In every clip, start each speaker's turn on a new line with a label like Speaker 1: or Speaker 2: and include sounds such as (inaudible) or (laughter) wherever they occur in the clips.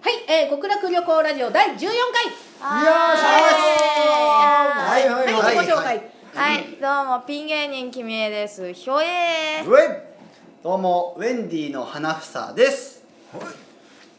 Speaker 1: はい、えー、極楽旅行ラジオ第14回
Speaker 2: いやーしゃーはいはいはい
Speaker 1: 自己紹介、
Speaker 3: はい、どうもピン芸人きみえです。ひょえー。
Speaker 2: ウェどうもウェンディの花房です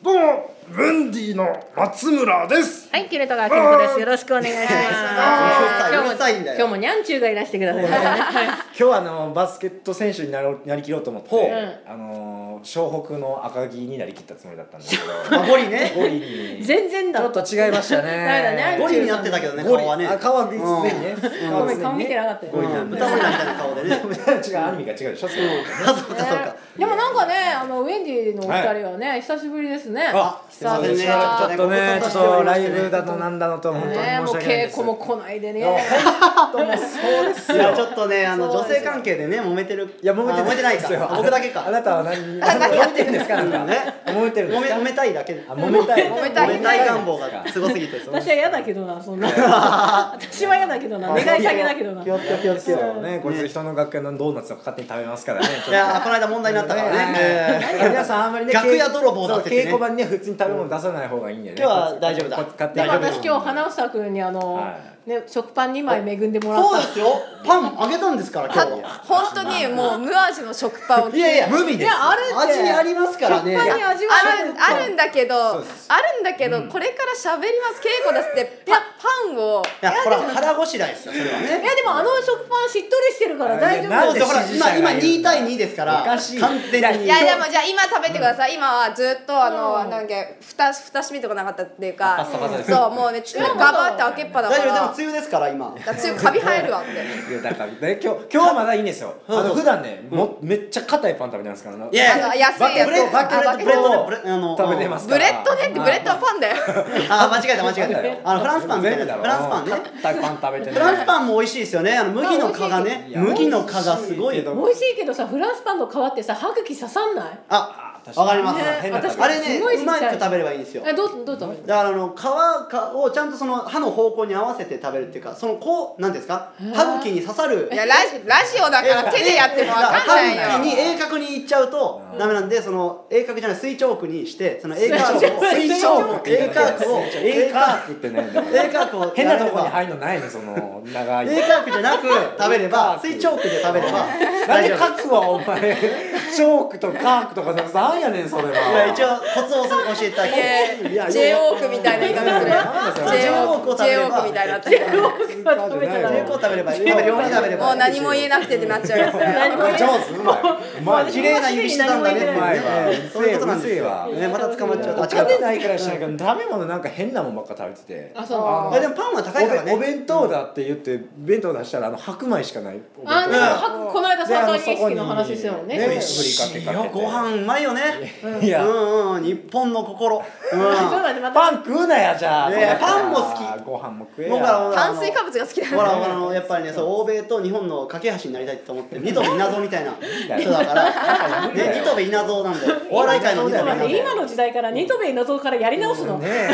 Speaker 4: どうも、ウェンディの松村です。
Speaker 1: はい、キュレトガー健吾です。よろしくお願いします。
Speaker 2: あーうるさい
Speaker 1: 今
Speaker 2: うるさいん
Speaker 1: 日も
Speaker 2: だよ
Speaker 1: 今日もニャンチューがいらしてくださいましたね。はい
Speaker 5: 今日はあのバスケット選手になろうなりきろうと思って、
Speaker 2: ほう
Speaker 5: あの湘北の赤木になりきったつもりだったんですけど
Speaker 2: あゴリね
Speaker 5: ゴ (laughs) リにち
Speaker 1: 全然だ。
Speaker 5: ょっと違いましたね
Speaker 1: だね
Speaker 2: ゴリになってたけどね
Speaker 5: ゴ
Speaker 2: 顔
Speaker 5: リ
Speaker 2: はね
Speaker 5: あ顔は別にね
Speaker 1: ご
Speaker 5: 顔
Speaker 1: めん顔見てなかったよ
Speaker 2: う
Speaker 5: ゴリなん
Speaker 2: ん
Speaker 5: で
Speaker 2: 豚ゴリラみたいな顔でね
Speaker 5: 違うアニメが違うでしょそれ
Speaker 2: あそうかそうか
Speaker 1: でもなんかね、あのウェンディのお二人はね、久しぶりですね。
Speaker 5: あ
Speaker 2: すいませんね
Speaker 5: ちょっとねちょっとライブだと
Speaker 2: な
Speaker 5: なんだのと本当に申し
Speaker 1: ね、もう
Speaker 5: 訳ないで
Speaker 1: 稽
Speaker 5: す
Speaker 1: 古も来ないでね。
Speaker 5: 本当もうそうです
Speaker 2: い
Speaker 5: よ
Speaker 2: やちょっとねあの女性関係でね揉めてる
Speaker 5: いや揉めて
Speaker 2: あ揉めてない
Speaker 5: ですよ
Speaker 2: か僕だけ
Speaker 5: あ
Speaker 2: か
Speaker 5: なたは何揉めてるんですかあなた
Speaker 2: ね
Speaker 5: 揉めてるんで
Speaker 2: 揉め
Speaker 5: すか
Speaker 2: 揉めたいだけ
Speaker 5: あ揉めたい
Speaker 3: 揉
Speaker 2: 揉
Speaker 3: め
Speaker 2: めたい願望
Speaker 5: 揉めたいん
Speaker 2: が
Speaker 5: です
Speaker 2: すごすぎてその
Speaker 1: 私は嫌だけどな、そんな。私は嫌だけどな、願い下げだけどな。
Speaker 2: 気をつけよう気をつけよ
Speaker 5: そう
Speaker 2: う
Speaker 5: ね、こいつ人の楽屋のドーナツを勝手に食べますからね。
Speaker 2: いやーこの間問題になったからねえー
Speaker 5: 皆さんあんまりね
Speaker 2: 楽屋泥棒だってね
Speaker 5: そう稽古場にね普通に食べ物出さない方がいいんだよね
Speaker 2: 今日は大丈夫だ
Speaker 5: こいつ勝手
Speaker 1: で
Speaker 5: に
Speaker 1: も
Speaker 5: 食べ
Speaker 1: 私今日花房君にあの、
Speaker 5: は
Speaker 1: ね食パン2枚恵んでもらっ
Speaker 2: そう
Speaker 1: た
Speaker 2: ですよパンあげたんですから今日は
Speaker 3: 本当にもう無味の食パンを。
Speaker 2: いやいや無味
Speaker 1: いやあるって
Speaker 2: 味ありますからね
Speaker 1: 食パンに味わ
Speaker 3: あ
Speaker 1: える
Speaker 3: るあるんだけど
Speaker 5: そ
Speaker 3: あ
Speaker 5: うです
Speaker 3: るんだけど、これから喋ります稽古だってパパンを
Speaker 2: いやほら腹ごしらえですよそれはいね
Speaker 1: やでもあの食パンしっとりしてるから
Speaker 5: あ
Speaker 1: 大
Speaker 5: い
Speaker 1: 丈
Speaker 5: や
Speaker 1: 夫
Speaker 2: そうそう
Speaker 5: なんで
Speaker 2: ほら
Speaker 5: 支持者
Speaker 2: 今
Speaker 5: がいる
Speaker 2: 今2対2ですから
Speaker 5: おかしい
Speaker 2: 完全に
Speaker 3: いやでもじゃあ今食べてください、今はずっとあの、
Speaker 1: うん
Speaker 3: なんか蓋蓋閉めとかなかったっていうか
Speaker 5: パサパサです
Speaker 3: そうもうねちょっとガバって開けっぱだ
Speaker 2: 大
Speaker 3: から
Speaker 2: 丈夫でも
Speaker 3: だ
Speaker 2: 梅雨ですから今
Speaker 3: から強くカビ生えるわって
Speaker 5: いやだからね今日今日はまだいいんですよあの普段ねもめっちゃ硬いパン食べてますからね
Speaker 2: いや
Speaker 3: あの安いや
Speaker 5: ブレ
Speaker 3: つ
Speaker 5: ッバケ
Speaker 3: あ
Speaker 5: ッ
Speaker 3: バケ
Speaker 5: ト
Speaker 3: ット
Speaker 2: ブレッドねブレあの
Speaker 5: を食べてますか
Speaker 3: ブ
Speaker 5: ら
Speaker 3: レッドねってブレッドはパンだよ
Speaker 2: あ間違えた間違え
Speaker 5: よ
Speaker 2: たあのフランスパンみたいなやつフランスパンね
Speaker 5: 硬いパン食べてね
Speaker 2: フランスパンも美味しいですよねあの麦の皮がね
Speaker 5: いや
Speaker 2: 麦の皮がすごい
Speaker 5: 美味しいけど
Speaker 1: 美味しいけどさフランスパンの皮ってさ歯茎刺さんない
Speaker 2: あわかります
Speaker 5: ね変な食べ
Speaker 2: あれ
Speaker 1: す
Speaker 2: ね
Speaker 1: ごいちっ
Speaker 2: う
Speaker 1: ちゃ
Speaker 2: ま
Speaker 1: い
Speaker 2: く食べればいいんですよ
Speaker 1: えどうどう食べる
Speaker 2: だからあの皮かをちゃんとその歯の方向に合わせて食べるっていうかそのこうなんですか歯茎に刺さ (laughs) る
Speaker 3: いやラジラジオだから手でやってもわかんない
Speaker 2: 歯茎
Speaker 3: よ
Speaker 2: に鋭角にいっちゃうとダメなんでその鋭角じゃない垂直にしてその鋭角を
Speaker 5: 水晶
Speaker 2: 鋭角を
Speaker 5: エイカークってねだから
Speaker 2: 鋭角を
Speaker 5: 変なとこに入るのないね
Speaker 2: (laughs)
Speaker 5: その長い
Speaker 2: 鋭角じゃなく食べれ (laughs) ば垂直で食べれば
Speaker 5: なん
Speaker 2: 大
Speaker 5: で
Speaker 2: 丈夫
Speaker 5: 書くわお前チョークとカークとかさなんやねんそれはい
Speaker 2: や一応コツを教えてあげて
Speaker 3: えー J ウォークみたいな言い方する
Speaker 5: なんだそれ
Speaker 3: J ウォー
Speaker 2: J-Walk を
Speaker 3: ク
Speaker 2: 食べ
Speaker 3: J ウ
Speaker 2: れ
Speaker 3: ォ
Speaker 2: ば
Speaker 3: ークみたいになってる
Speaker 1: 食べたら
Speaker 2: 成功食べればいい食べれば食べれば
Speaker 3: もう何も言えなくてってなっちゃうやつだよ
Speaker 1: 何も言えない
Speaker 5: 上手うまいうまい
Speaker 2: 綺麗な指してたんだねって
Speaker 5: うまいわう
Speaker 2: いうねそういう
Speaker 5: せえ
Speaker 2: ことなん
Speaker 5: わ
Speaker 2: で
Speaker 5: うせ
Speaker 2: す
Speaker 5: えわ
Speaker 2: よねまた捕まっちゃうあ
Speaker 5: お
Speaker 2: 違う
Speaker 5: 金ないからしないけど食べ物なんか変なもんばっか食べてて
Speaker 1: あそう
Speaker 3: あ
Speaker 2: あでもパンは高いからね
Speaker 5: おべお弁当だって言って弁当出したらあの白米しかないお弁当
Speaker 1: あでも
Speaker 5: で
Speaker 1: 歯この間
Speaker 5: あ
Speaker 1: 三
Speaker 5: の
Speaker 1: 段認識の話してたもんね
Speaker 5: そこに
Speaker 1: ね
Speaker 5: ねふりかけかけて
Speaker 2: ご飯うまいよね
Speaker 5: いうや
Speaker 2: んうん日本の心うん
Speaker 1: ちょっと待ってまた
Speaker 5: パン食うなやじゃあ
Speaker 2: いやいやパンも好き
Speaker 5: ご飯も食え
Speaker 2: もうだから
Speaker 5: や
Speaker 3: 炭水化物が好きだ
Speaker 2: ほら
Speaker 3: よ
Speaker 2: ほらあのやっぱりねそう欧米と日本の架け橋になりたいって思ってる二戸稲造みたいな
Speaker 5: だよ
Speaker 2: 人だから
Speaker 5: 無理だよ
Speaker 2: ね二戸稲造なんだよお笑い界の二
Speaker 1: ちょっと待
Speaker 2: 戸
Speaker 1: って
Speaker 2: 稲
Speaker 1: 今の時代からニトベイ謎からやり直すの、
Speaker 5: ねえ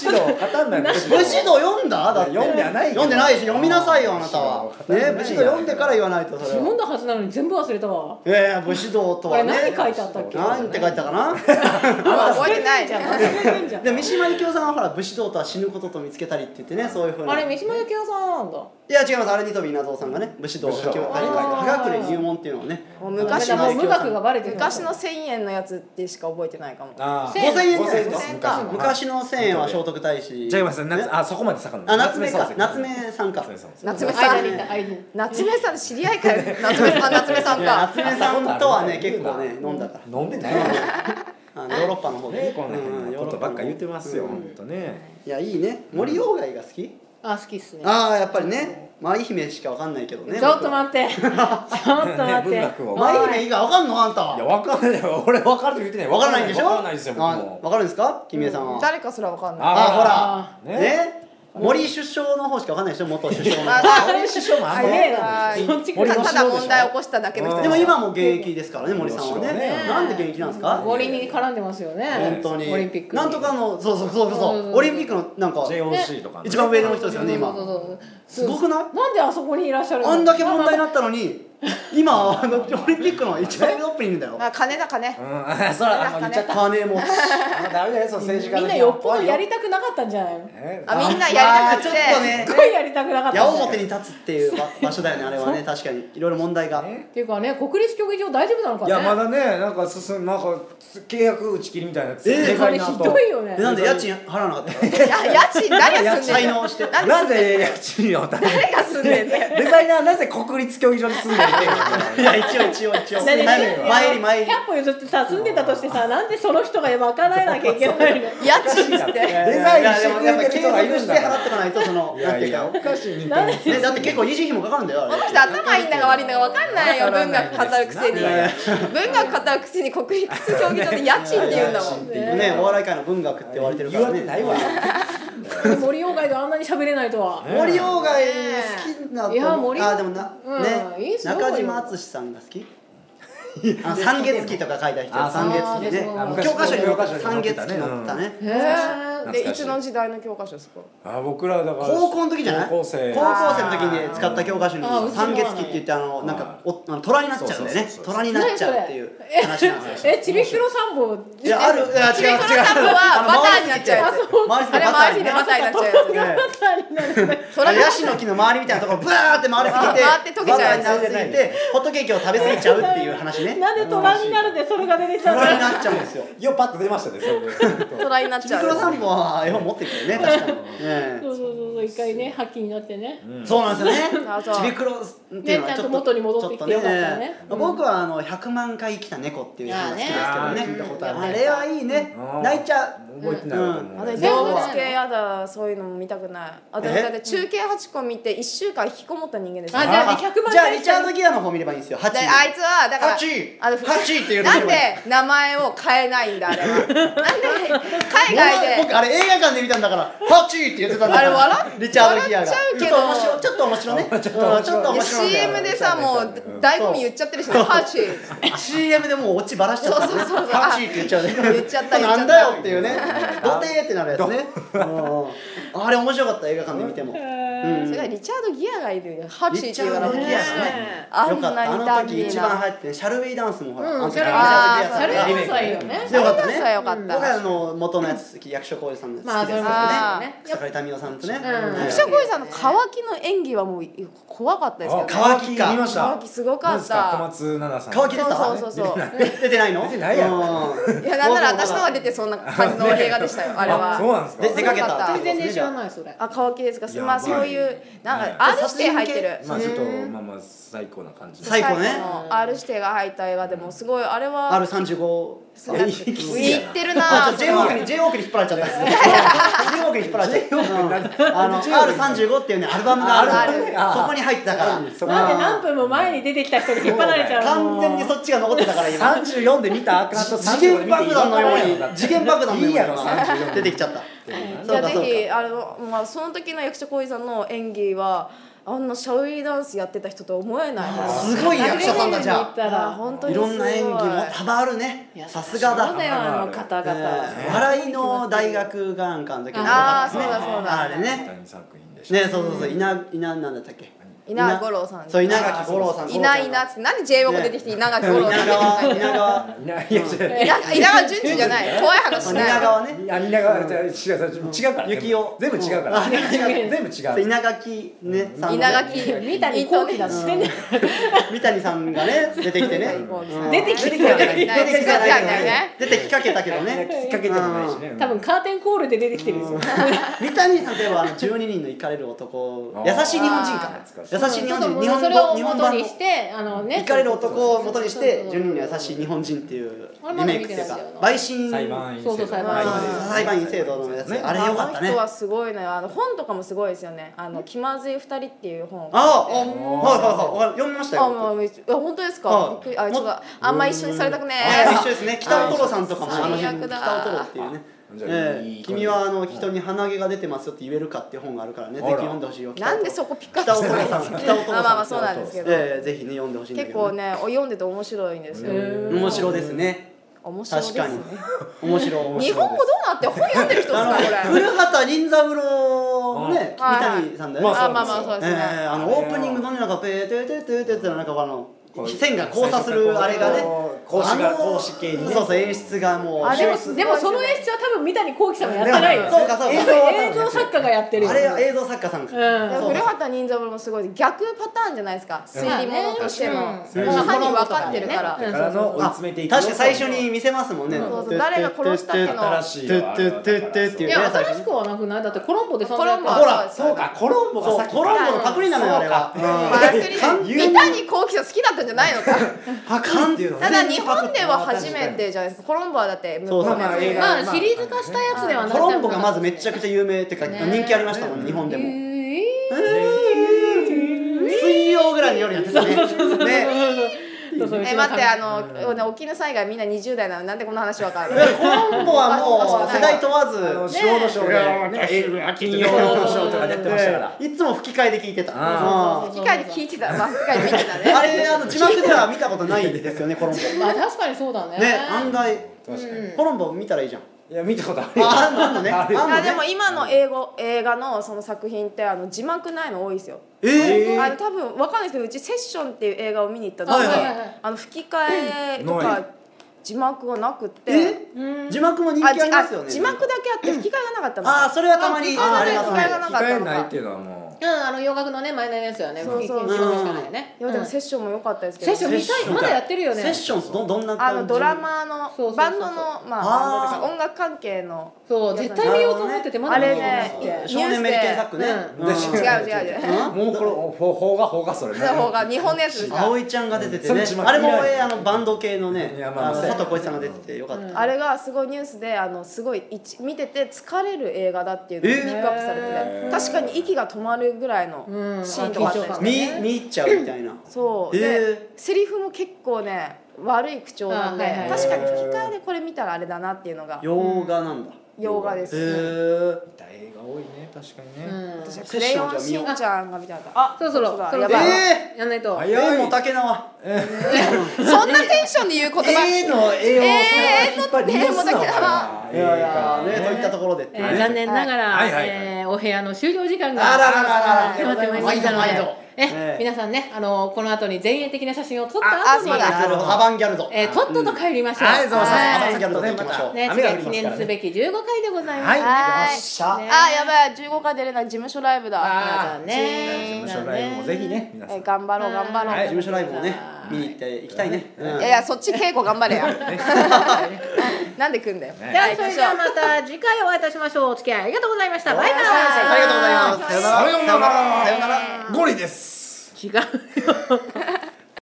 Speaker 5: 指導勝たんない
Speaker 2: 造武士道読んだだって
Speaker 5: 読んではないけど
Speaker 2: 読んでないし読みなさいよあなたは
Speaker 5: 武士道
Speaker 2: ね武士道読んでから言わないとそれ
Speaker 1: 読ん
Speaker 2: は
Speaker 1: だはずなのに全部忘れたわ
Speaker 2: いやいや武士道と
Speaker 1: こ
Speaker 2: は
Speaker 1: れ
Speaker 2: ね
Speaker 1: 何書いてあったっけ
Speaker 2: なんて書いてたかな
Speaker 3: 覚えてない
Speaker 1: じ
Speaker 3: じ
Speaker 1: ゃ
Speaker 3: ゃ
Speaker 1: ん
Speaker 3: ん
Speaker 1: 忘れてんじゃん
Speaker 2: で三島由紀夫さんはほら武士道とは死ぬことと見つけたりって言ってねそういうふうな
Speaker 1: あれ三島由紀夫さんなんだ
Speaker 2: いや違いますあれに飛び稲造さんがね武士道を書き終わったりとか
Speaker 1: あー
Speaker 2: 科学類入門っていうのをね
Speaker 3: もう昔の
Speaker 1: もう無学がバレてる
Speaker 3: 昔の1000円のやつってしか覚えてないかも
Speaker 5: あ
Speaker 2: 5000円じゃないで
Speaker 5: 5000
Speaker 2: す
Speaker 5: 円
Speaker 2: か
Speaker 5: か
Speaker 2: 昔の1000円は聖徳太子
Speaker 5: じゃあ今さ
Speaker 2: ね
Speaker 5: 夏あそこまで遡る
Speaker 2: あ夏目か
Speaker 5: 漱石
Speaker 2: 夏目さんか
Speaker 5: 夏目漱石
Speaker 3: 夏目さ
Speaker 1: 間
Speaker 3: ん
Speaker 1: にいた間にいた
Speaker 3: 夏目さん知り合いかよ夏目さん夏目さん
Speaker 2: いや
Speaker 3: か
Speaker 2: 夏目さんとは
Speaker 5: (laughs)
Speaker 2: ね
Speaker 5: そん
Speaker 2: 結構
Speaker 5: なことある
Speaker 2: ね飲んだから
Speaker 5: 飲んでないよ
Speaker 2: あのヨーロッパの方で
Speaker 5: ねこんな変
Speaker 2: うん
Speaker 5: な
Speaker 2: ヨー
Speaker 5: こ
Speaker 2: ロッ
Speaker 5: と
Speaker 2: パ
Speaker 5: ば
Speaker 2: の
Speaker 5: っか言ってますよ
Speaker 2: うん
Speaker 5: 本当ね
Speaker 2: いやいいね森鴎外が好き
Speaker 1: あ好きっすね
Speaker 2: ああやっぱりね舞姫しかわかんないけどね
Speaker 1: ちょっと待ってちょっと待っ
Speaker 5: ね文
Speaker 1: て
Speaker 5: 学を
Speaker 2: 僕舞姫以外わかんのあんた
Speaker 5: いや
Speaker 2: は
Speaker 5: わかんないよ俺わかると言ってない
Speaker 2: わからないんでしょ
Speaker 5: わからないですよ僕
Speaker 2: あわ
Speaker 5: も
Speaker 2: かるんですか君江さんは
Speaker 3: 誰かすらわかんない
Speaker 2: あ
Speaker 5: あ
Speaker 2: ほ
Speaker 5: ほ
Speaker 2: ら
Speaker 5: ら
Speaker 2: ね森首相の方しかわかんないでしょ元首相の
Speaker 3: あ
Speaker 2: 方
Speaker 5: 森首相もあんま
Speaker 1: 早いな
Speaker 3: はい
Speaker 1: そっちか
Speaker 3: た
Speaker 1: ら
Speaker 3: ただ問題起こしただけの人
Speaker 2: でも
Speaker 3: しょ
Speaker 2: 今も現役ですからね森さんはね
Speaker 5: ね
Speaker 2: なんで現役なんですか
Speaker 1: 森に絡んでますよね
Speaker 2: 本当に
Speaker 1: オリンピック
Speaker 2: なんとかのそうそうそう
Speaker 1: う
Speaker 2: そ
Speaker 1: んうんう
Speaker 2: うんオリンピックのなんか
Speaker 5: JOC とかね
Speaker 2: 一番上の人ですよね
Speaker 1: そうそう
Speaker 2: 今
Speaker 1: そうそう
Speaker 2: すごくない
Speaker 1: なんであそこにいらっしゃるの
Speaker 2: あんだけ問題になったのに今あのオリンピックの一番トップにいるんだよ
Speaker 3: あ金だ金
Speaker 5: うん、そら、あの、言っちゃった。あ
Speaker 2: 金持ち
Speaker 5: ダメだよ、その政治家
Speaker 1: み
Speaker 5: の。
Speaker 1: んなよっぽどやりたくなかったんじゃないの
Speaker 5: え
Speaker 3: あみんな
Speaker 2: ま
Speaker 3: や
Speaker 2: あ
Speaker 3: り
Speaker 2: ち
Speaker 3: た
Speaker 2: ょ
Speaker 3: く
Speaker 2: ってとね
Speaker 1: すごいやりたくなかったんじゃ
Speaker 2: 矢
Speaker 1: ない
Speaker 2: 面に立つっていう場場所だよねあれはね確かにいろいろ問題が
Speaker 5: ね
Speaker 1: っていうかね国立競技場大丈夫なのか
Speaker 5: い
Speaker 1: ね
Speaker 5: や、まだね、なんか進む、なんか、契約打ち切りみたいなやつ。
Speaker 2: えー
Speaker 5: で
Speaker 1: こ
Speaker 5: か
Speaker 1: れ
Speaker 5: いな
Speaker 1: ひ
Speaker 5: と
Speaker 1: どいよね
Speaker 2: えなんで家賃払わなかったの
Speaker 3: (laughs) いや家賃誰が住んで
Speaker 2: 滞
Speaker 3: んの
Speaker 2: 納して
Speaker 5: なぜ家賃を出せ
Speaker 3: 誰が住んでんのよ
Speaker 5: デザイナーなぜ国立競技場に住んでる
Speaker 2: いや一応一応
Speaker 1: (laughs)
Speaker 2: 一応
Speaker 1: だって
Speaker 2: 前に前に前に
Speaker 1: 100歩譲ってさ住んでたとしてさなんでその人が賄えなきゃいけないの
Speaker 3: 家賃っ
Speaker 5: いや
Speaker 3: て
Speaker 5: デザイン
Speaker 2: いやでもやっぱ
Speaker 5: してくれてる人がい
Speaker 2: 継続
Speaker 5: るん
Speaker 2: して
Speaker 5: だから
Speaker 2: 払っておかないとその
Speaker 5: の
Speaker 2: なんていうか
Speaker 5: かしい
Speaker 1: なんで
Speaker 2: ねだって結構維持費もかかるんだよあ
Speaker 3: こ
Speaker 2: れ
Speaker 3: の人頭いいんだか悪いんだか分かんないよ文学語るくせに
Speaker 5: いやいや
Speaker 3: 文学語るくせに国立競技場で家賃って言うんだもん
Speaker 1: ていう
Speaker 2: ねお笑い界の文学って言われてるからね
Speaker 5: 言われてないわ
Speaker 1: 森鴎外があんなに喋れないとは
Speaker 5: ね
Speaker 2: 森鴎外好きなと思う
Speaker 1: いや森
Speaker 2: あでもな、
Speaker 1: うんい
Speaker 2: ね
Speaker 1: いすごいよ
Speaker 2: 中島敦さんが好きあ三月期とか書いた人
Speaker 5: あ
Speaker 2: 三
Speaker 1: あ
Speaker 2: 月期
Speaker 1: ー
Speaker 2: ね
Speaker 1: そうなんだ
Speaker 2: 教科書にも
Speaker 5: 教科書にも
Speaker 2: 三
Speaker 5: 載って
Speaker 2: 月期
Speaker 5: たね
Speaker 2: 載ってたね、
Speaker 1: へ
Speaker 3: へえ
Speaker 5: 懐
Speaker 3: で
Speaker 5: か
Speaker 3: い
Speaker 5: しい
Speaker 3: つの時代の教科書ですか
Speaker 5: あ僕らだから
Speaker 2: 高校の時じゃない
Speaker 5: 高校生
Speaker 2: 高校生の時に使った教科書に
Speaker 1: あーうちも
Speaker 2: 三月期って言ってあのなんかおあの虎になっちゃうんだよね
Speaker 5: そうそうそうそう
Speaker 2: 虎になっちゃうっていう話なんですよ
Speaker 1: えちびひろさんも
Speaker 2: いやあるいや違う違う
Speaker 3: ちびっこの三部はバターになっちゃうやつ
Speaker 2: 回りすぎ
Speaker 3: あ
Speaker 2: て
Speaker 3: れ
Speaker 2: バタ
Speaker 3: 回
Speaker 2: ー
Speaker 3: し
Speaker 2: に
Speaker 3: で
Speaker 2: ね
Speaker 3: バターになっちゃうやつ
Speaker 2: ね
Speaker 3: そ
Speaker 2: あ
Speaker 3: れ
Speaker 2: のヤシの木の周りみたいなところブワーって回りすぎて
Speaker 3: 回って溶けちゃうやつ
Speaker 2: バターになりすぎてホットケーキを食べ過ぎちゃうっていう話
Speaker 3: (laughs)
Speaker 2: ね
Speaker 1: (laughs) なんで虎になるでそれが出てきたん
Speaker 2: 虎に
Speaker 1: だ
Speaker 2: なっちゃうんですよ
Speaker 5: よパッと出ましたねそれで
Speaker 3: トラになっ
Speaker 2: ち
Speaker 3: ち
Speaker 2: び
Speaker 3: ゃ
Speaker 2: くろさ
Speaker 3: うん
Speaker 2: も絵本持ってきてね確かに、
Speaker 1: (laughs)
Speaker 2: ね
Speaker 1: そうそうそうそう一回ね覇気になってね
Speaker 2: そうなんですよね
Speaker 3: あそう
Speaker 2: ちびくろっていうのはち
Speaker 1: ねちゃ
Speaker 2: ょっと,、
Speaker 1: んと元に戻ってきてよかったねうん
Speaker 2: 僕はあの100万回生きた猫っていうのが好きですけどね
Speaker 5: いやーね聞いたことある
Speaker 2: あれはいいね
Speaker 5: うん
Speaker 2: 泣いちゃう
Speaker 5: 覚えてないわもう (laughs)
Speaker 3: 私
Speaker 1: でも
Speaker 3: 動物系やだそういうのも見たくない私だって中継8個見て1週間引きこもった人間ですよ
Speaker 1: あじゃあね100万回
Speaker 2: じゃあリチャードギアの方見ればいいんですよ8
Speaker 3: であいつはだから
Speaker 2: ハチ
Speaker 3: あの
Speaker 2: ハチっていうの
Speaker 3: なんで名前を変えないんだあれはなんで海外で
Speaker 2: 僕あれ映画館で見たんだから「ハッチー!」って言ってたんだから
Speaker 3: あれ笑っ
Speaker 2: リチャードギアが
Speaker 3: 笑っちゃうけど
Speaker 2: ちょっと面白いちょっと面白いねちょっと面白いちょっと
Speaker 3: いや
Speaker 2: 面白いんだよ
Speaker 3: CM でさもう醍醐味言っちゃってるしねハチ
Speaker 2: CM でもうオチばらしちゃった
Speaker 3: そうそうそうそう
Speaker 2: ハッチーって言っちゃうね
Speaker 3: 言っちゃった言っちゃった
Speaker 2: (laughs) なんだよっていうね土手ってなるやつねうんあれ面白かった映画館で見ても
Speaker 1: へ
Speaker 3: それがリチャード・ギアがいるよハチっていうから
Speaker 2: リチャードギア
Speaker 1: ね
Speaker 3: あ
Speaker 2: よ
Speaker 3: ん
Speaker 2: かった
Speaker 3: な
Speaker 2: あ
Speaker 3: に
Speaker 2: の
Speaker 3: ダ
Speaker 2: 時
Speaker 3: ミー
Speaker 2: 一番
Speaker 3: な
Speaker 2: 流行ってねシャルウェイダンスもほら、
Speaker 1: う
Speaker 2: あ
Speaker 1: ん
Speaker 2: の
Speaker 1: シ
Speaker 2: 時
Speaker 1: ャルウェイ
Speaker 3: ダ
Speaker 1: ダンスシャ
Speaker 3: ンス
Speaker 1: ルウェイダンスはいいよね
Speaker 3: それこそよかっ
Speaker 2: 僕
Speaker 3: た
Speaker 2: らの元のやつ好き役所広司さんのやつ
Speaker 1: まあ
Speaker 2: 好き
Speaker 1: そ
Speaker 2: で
Speaker 1: れ
Speaker 2: す
Speaker 1: もそ
Speaker 2: よね
Speaker 1: うねや
Speaker 2: 草
Speaker 1: っぱ
Speaker 2: 刈民代さんとね、
Speaker 1: ん
Speaker 2: はい
Speaker 3: 役所広司さんの乾きの演技はもう怖かったですけどね
Speaker 2: 乾きか
Speaker 5: 見ました
Speaker 3: 乾きすごかった
Speaker 5: どうです小松菜奈さん
Speaker 2: 乾き出た
Speaker 3: そうそうそうそ
Speaker 2: (laughs)
Speaker 3: う
Speaker 2: 出てないの
Speaker 5: 出てないやろ
Speaker 2: うん
Speaker 3: いやなんなら私のが出てそんな感じの映画でしたよあれは
Speaker 5: そうなんですか
Speaker 2: で出かけ
Speaker 3: よか
Speaker 2: た
Speaker 3: った
Speaker 2: ってことですね
Speaker 1: 全然知らないそれ
Speaker 3: あ乾きですか
Speaker 5: や
Speaker 3: ま
Speaker 5: ば
Speaker 3: あ
Speaker 5: い
Speaker 3: そういうなん
Speaker 5: ね
Speaker 3: か R 指定入ってる
Speaker 5: まあちょっとまあまあ最高な感じ
Speaker 2: 最高ね
Speaker 3: 最後の R 指定が入った映画でもすごいあれは
Speaker 2: R35
Speaker 3: そうなんです
Speaker 5: 行き過ぎや
Speaker 3: 言
Speaker 5: な
Speaker 3: ってる
Speaker 2: あ
Speaker 3: な
Speaker 2: じゃあ J オークに J オークに引っ張られちゃったんですね J オークに引っ張られちゃったうんあの R35 っていうねアルバムがあるんだよ
Speaker 5: あある
Speaker 2: そこに入ってたから
Speaker 5: うんそこ
Speaker 1: なんで
Speaker 2: あ
Speaker 1: 何分も前に出てきた人に引っ張られちゃうの
Speaker 2: 完全にそっちが残ってたから今
Speaker 5: 三十四で見たアカウント
Speaker 2: 次元爆弾のように次元爆弾のよう
Speaker 5: いい
Speaker 2: に
Speaker 5: やろ
Speaker 2: 出てきちゃった
Speaker 3: いやぜひあのまあその時の役所広司さんの演技はあんなシャウイダンスやってた人とは思えない
Speaker 2: すごい役者さんだじ
Speaker 1: あれ見に行
Speaker 2: ゃ
Speaker 1: った
Speaker 3: いや本当
Speaker 2: あ
Speaker 3: に
Speaker 2: い
Speaker 3: すご
Speaker 2: ろ
Speaker 3: い
Speaker 2: んな演技も多々あるねさすがだ
Speaker 1: そうだよあの方々、
Speaker 2: えー笑いの大学がなんかの時の
Speaker 3: あ
Speaker 2: 良
Speaker 3: ー
Speaker 2: かったですね
Speaker 3: そうだそうだ
Speaker 2: あれね
Speaker 5: 作品でした
Speaker 2: ねそうそうそう稲稲なんだったっけ
Speaker 3: 稲五郎さん
Speaker 2: そう稲垣吾郎さん
Speaker 3: いないなってなんで J ウォーク出てきて稲垣吾郎さ
Speaker 2: 稲
Speaker 3: ん
Speaker 2: 川
Speaker 3: 出てき
Speaker 2: 稲川
Speaker 5: いやいや違う
Speaker 3: た稲稲川淳二じゃない怖い話しない
Speaker 2: 稲川ね
Speaker 5: あみんなが違う違う違うから
Speaker 2: 雪を
Speaker 5: 全部違うか
Speaker 2: あ
Speaker 5: ら
Speaker 2: 違
Speaker 5: 全部違
Speaker 2: そう
Speaker 5: う
Speaker 2: 稲垣ねさん
Speaker 3: 稲
Speaker 2: がね
Speaker 3: 垣
Speaker 1: 三谷幸喜だしてね
Speaker 2: 三谷さんがね出てきてね
Speaker 3: 三谷
Speaker 2: う
Speaker 3: 幸喜さん
Speaker 2: ん
Speaker 1: 出てきて
Speaker 2: 出てきたわけない
Speaker 3: 出
Speaker 2: 出て
Speaker 3: てき
Speaker 2: き
Speaker 3: た
Speaker 2: た
Speaker 3: わ
Speaker 2: わ
Speaker 3: け
Speaker 2: け
Speaker 3: ない
Speaker 2: ない出てきかけたけどね
Speaker 5: きっかけでもないし
Speaker 1: (laughs)
Speaker 5: ね
Speaker 1: 多分カーテンコールで出てきてるんですよ
Speaker 2: 三谷さんといえばあの12人のイカれる男
Speaker 5: あー
Speaker 2: 優しい日本人か
Speaker 5: あー
Speaker 2: 優しい日本
Speaker 1: ちょっと
Speaker 2: 人日本
Speaker 1: それを
Speaker 2: 語日本
Speaker 1: 元
Speaker 2: 版
Speaker 1: に
Speaker 2: の
Speaker 1: してあのね
Speaker 2: イカれる男を元にして
Speaker 1: そうそうそう
Speaker 2: 12人の優しい日本人っていう
Speaker 1: あれま
Speaker 2: リ
Speaker 1: だ
Speaker 2: メイ
Speaker 1: 見
Speaker 2: クってて
Speaker 1: ないん
Speaker 2: いう
Speaker 1: だ
Speaker 2: か
Speaker 1: よな
Speaker 2: 陪審
Speaker 5: 裁判員制
Speaker 1: そう
Speaker 5: 度
Speaker 1: そう裁判員
Speaker 2: 裁判員
Speaker 3: 制度
Speaker 2: 制度のやつねあれよかった
Speaker 3: あの
Speaker 2: ね
Speaker 3: 人はすごいのよあの本とかもすごいですよねあの気まずい二人っていう本を買
Speaker 2: ああ、
Speaker 3: って
Speaker 2: はいはいはい、読みました
Speaker 3: あ、
Speaker 2: よ。
Speaker 3: もう、いや本当です
Speaker 2: は
Speaker 3: か。
Speaker 2: い
Speaker 3: びっくりあ、ちょっと、あんま一緒にされたくね
Speaker 2: あ
Speaker 3: え。
Speaker 2: 一緒ですね、北尾トロさんとかも、あの
Speaker 3: 最
Speaker 2: 辺、
Speaker 3: 悪だ
Speaker 2: 北尾トロっていうね。
Speaker 5: じゃあ
Speaker 2: え
Speaker 5: いい
Speaker 2: え、
Speaker 5: 感じ
Speaker 2: 君はあの人に鼻毛が出てますよって言えるかっていう本があるからね、ぜ
Speaker 5: あ
Speaker 2: ひ
Speaker 5: ら
Speaker 2: 読んでほしいよ。北尾
Speaker 3: なんでそこピカッ
Speaker 2: 北
Speaker 3: と
Speaker 2: 尾
Speaker 3: す
Speaker 2: ト
Speaker 3: る
Speaker 2: ロ
Speaker 3: の。
Speaker 2: さん、北尾トロさ
Speaker 3: あ
Speaker 2: ん。
Speaker 3: まあまあそうなんですけど
Speaker 2: ええ、ぜひね、読んでほしいんだけ
Speaker 3: 結
Speaker 2: ど
Speaker 3: 構
Speaker 2: ね。
Speaker 3: ね、お読んでて面白いんですよ。
Speaker 2: 面白ですね。
Speaker 3: 面白いです
Speaker 2: 確
Speaker 3: ね
Speaker 2: かに。面白い、面白い。 (laughs)
Speaker 3: 日本語どうなって、本読んでる人です
Speaker 2: あ
Speaker 3: か、こ
Speaker 2: の、
Speaker 3: れ。
Speaker 2: 古畑任三郎
Speaker 5: うん
Speaker 2: ね、
Speaker 3: はいは
Speaker 2: 三
Speaker 3: い
Speaker 2: 谷さんだよね、
Speaker 5: まあ
Speaker 3: あまあまあそうですね、
Speaker 2: えーあのオープニングのねなんかペーテーテーテーテーってなんかあの
Speaker 5: こう
Speaker 2: 線が交差するあれがね
Speaker 5: 格子が
Speaker 2: あの
Speaker 5: 格子系にね
Speaker 2: そうそう演出がもう
Speaker 1: あで
Speaker 2: 秀逸
Speaker 1: もでもその演出は多分三谷幸喜さんがやってないよね
Speaker 2: そうかそうか
Speaker 1: 映像映像作家がやってるよ
Speaker 2: あ
Speaker 1: ね
Speaker 2: れは映像作家さんか、
Speaker 1: うん
Speaker 3: でも古畑任三郎もすごい逆パターンじゃないですか推理物としても、もう
Speaker 5: うん
Speaker 3: 犯人分かってるから、
Speaker 1: うん
Speaker 5: からの追い詰めていく
Speaker 2: あ確か最初に見せますもんね、
Speaker 3: そうそう誰が殺したっけの
Speaker 5: 新しいわ
Speaker 2: トゥットゥットゥットゥっていう
Speaker 1: い
Speaker 2: ね
Speaker 1: や新しくはなくないだってコロンボでそんな
Speaker 3: コロンボ
Speaker 1: やっ
Speaker 5: ほ
Speaker 1: た
Speaker 5: らそうかコロンボが
Speaker 2: そ
Speaker 5: さ
Speaker 2: う
Speaker 5: っき
Speaker 2: コロンボのパクリなのよあれは、
Speaker 3: まあ
Speaker 2: うん
Speaker 3: 三谷幸喜さん好きだったんじゃないのか
Speaker 5: パクリっていうの
Speaker 3: ただ
Speaker 5: ね
Speaker 3: 日本では初めてじゃないですかコロンボはだって
Speaker 2: そうそう
Speaker 5: まあ映画
Speaker 1: まあシリーズ化したやつではな
Speaker 2: コロンボがまずめちゃくちゃ有名っていうか人気ありましたもんね日本でも、水曜ぐらいの夜やってたねね
Speaker 3: え待ってあの、ね、沖縄災害みんな20代なのになんでこの話わかるの
Speaker 2: コ (laughs) ロンボはもう世代問わず
Speaker 5: あの司法の賞
Speaker 4: い
Speaker 5: で
Speaker 4: や
Speaker 5: ね
Speaker 4: 私は
Speaker 5: 金曜ロードショーとかでやってましたから
Speaker 2: ええいつも吹き替えで聞いてた。
Speaker 5: あ
Speaker 2: あ
Speaker 3: 機械で聞いてたまあ機械で見てた
Speaker 2: ー (laughs)
Speaker 3: ね
Speaker 2: あれあの字幕では見たことないですよねコロンボ。
Speaker 1: まあ確かにそうだね
Speaker 2: ね案外
Speaker 5: 確かに
Speaker 2: コロンボ見たらいいじゃん。
Speaker 5: いや見たことあるよ
Speaker 2: あーあんのね。あんの
Speaker 3: あ
Speaker 2: ね
Speaker 3: でも今の英語映画のその作品ってあの字幕ないの多いですよ
Speaker 2: えー
Speaker 3: あの多分わかんないですけどうち「セッション」っていう映画を見に行った時
Speaker 2: はい
Speaker 3: に、
Speaker 2: はい
Speaker 1: はい
Speaker 3: あの吹き替えと
Speaker 5: な
Speaker 3: か
Speaker 5: い
Speaker 3: 字幕がなくって
Speaker 2: え字幕も人気
Speaker 3: あ
Speaker 2: あ
Speaker 3: じ
Speaker 2: りますよ
Speaker 3: あ
Speaker 2: ね。
Speaker 3: 字幕だけあって吹き替えがなかったの
Speaker 2: あーそれはたまにあ
Speaker 3: あ
Speaker 2: あり
Speaker 3: 吹き
Speaker 2: ま
Speaker 3: 替
Speaker 2: すね。
Speaker 3: えがなかっ
Speaker 5: 控
Speaker 3: た
Speaker 5: え
Speaker 3: の
Speaker 5: ないっ
Speaker 3: か
Speaker 5: ていうのはも
Speaker 1: うんあの洋楽のねマイナーのやつよね
Speaker 3: そうそう
Speaker 1: 吹き聞くしかないね
Speaker 3: いやでも
Speaker 1: うん
Speaker 3: セッションも良かったですけ
Speaker 1: セ
Speaker 3: ど
Speaker 1: ッション見たいまだやってるよね
Speaker 2: セッションどどんな感
Speaker 3: あ
Speaker 2: じ？
Speaker 3: のドラマの
Speaker 1: そうそうそうそう
Speaker 3: バンドのまあバンドとか
Speaker 2: あー
Speaker 3: 音楽関係の
Speaker 1: そう絶対見ようと思っててまだ
Speaker 3: あれ
Speaker 1: 見ようと思ってて
Speaker 3: ね
Speaker 2: 少年メリケンサックね。
Speaker 1: うん
Speaker 5: う
Speaker 2: うん
Speaker 3: 違
Speaker 5: で
Speaker 3: う違う違う
Speaker 5: もうこれほほうがほうがそれね
Speaker 3: その方が日本のやつですか
Speaker 2: 葵ちゃんが出てて
Speaker 5: そ
Speaker 2: ね
Speaker 5: の字。幕
Speaker 2: あれも
Speaker 5: いらない
Speaker 2: えーあのバンド系のね
Speaker 5: いや。ま
Speaker 2: あ
Speaker 5: あ
Speaker 2: の
Speaker 5: そう
Speaker 2: 佐藤浩市さんが出ててよかった。
Speaker 3: あれがすごいニュースであのすごい一見てて疲れる映画だっていうの
Speaker 2: え
Speaker 3: がピックアップされて
Speaker 5: へー
Speaker 3: て確かに息が止まるぐらいの
Speaker 1: うん
Speaker 3: シーンとかあったり
Speaker 1: 緊張
Speaker 3: して
Speaker 1: 感
Speaker 2: 見見入っちゃうみたいな。
Speaker 3: そう
Speaker 2: へー
Speaker 3: でセリフも結構ね悪い口調なんで
Speaker 1: あはいはい
Speaker 3: 確かに吹き替えでこれ見たらあれだなっていうのが
Speaker 2: 洋画なんだ。
Speaker 3: 洋画で
Speaker 2: へ
Speaker 3: す
Speaker 2: ー
Speaker 5: 見た映画多いね確かに
Speaker 1: う
Speaker 5: ね
Speaker 1: ん
Speaker 3: 私は
Speaker 2: セ
Speaker 3: ク
Speaker 2: ッ
Speaker 3: レ
Speaker 2: シ
Speaker 3: ヨ
Speaker 2: ョ
Speaker 3: ン
Speaker 2: ンじ
Speaker 3: し
Speaker 2: ゃ
Speaker 3: ん
Speaker 2: 見よう
Speaker 3: ちゃんが見たかった
Speaker 1: あそろそろ
Speaker 3: そうだ
Speaker 1: そろ
Speaker 3: や
Speaker 1: そ
Speaker 3: ば
Speaker 1: ろ
Speaker 3: い
Speaker 2: え
Speaker 1: やんないと
Speaker 5: 早い
Speaker 2: えー、もう竹縄。
Speaker 3: そんなテンションで言う言葉
Speaker 5: えーの絵を引っ張り出す
Speaker 3: えーの絵
Speaker 5: のか
Speaker 3: もだけ
Speaker 5: ない
Speaker 3: は
Speaker 2: えー、い
Speaker 5: や
Speaker 2: や
Speaker 5: い
Speaker 2: ね
Speaker 5: や、
Speaker 2: といったところでってい
Speaker 1: え
Speaker 2: うね。
Speaker 1: ー残念ながら、
Speaker 5: はいはいはい
Speaker 1: えーお部屋の終了時間
Speaker 2: あらら
Speaker 1: が
Speaker 2: らら
Speaker 1: 迫ってまいりましたの
Speaker 2: 毎
Speaker 1: で
Speaker 2: 度毎度、
Speaker 1: え
Speaker 2: えー
Speaker 1: 皆さんねあのこの後に前衛的な写真を撮っ
Speaker 3: あ
Speaker 1: た
Speaker 3: あ
Speaker 1: 後
Speaker 3: そ
Speaker 1: に
Speaker 3: うだ
Speaker 2: なるほど、アバンギャルド。
Speaker 1: えーとっとと帰りましょう。
Speaker 5: はいそうそうそう
Speaker 1: はい
Speaker 2: アバンギャルドでいきましょう。
Speaker 1: ね、次
Speaker 5: 雨が
Speaker 1: は
Speaker 5: 降り
Speaker 1: 記
Speaker 5: ますから
Speaker 1: 念
Speaker 5: ね
Speaker 1: すべき15回でございます。
Speaker 5: はい
Speaker 3: はい
Speaker 5: よっしゃ
Speaker 1: ね
Speaker 3: あやばい15回出れない事務所ライブだ
Speaker 1: あー
Speaker 5: 事
Speaker 1: ね
Speaker 5: 務所ライブもぜひね皆さ
Speaker 3: え
Speaker 5: ん
Speaker 3: 頑張ろう頑張ろう、
Speaker 5: はい
Speaker 2: 事務所ライブもね、見に行っていきたいね。うん
Speaker 3: いやいやそっち稽古頑張れや (laughs) なんで来んだよ、
Speaker 5: ね
Speaker 1: じゃあ、そ
Speaker 3: 行きま
Speaker 1: れ
Speaker 3: し
Speaker 1: で
Speaker 3: ょう
Speaker 1: はまた次回お会いいたしましょう。お付き合いありがとうございました。バイバイ。
Speaker 2: ありがとうございます。さよなら。
Speaker 4: さようなら
Speaker 2: さよなら。
Speaker 4: ゴリです
Speaker 1: 違うよ。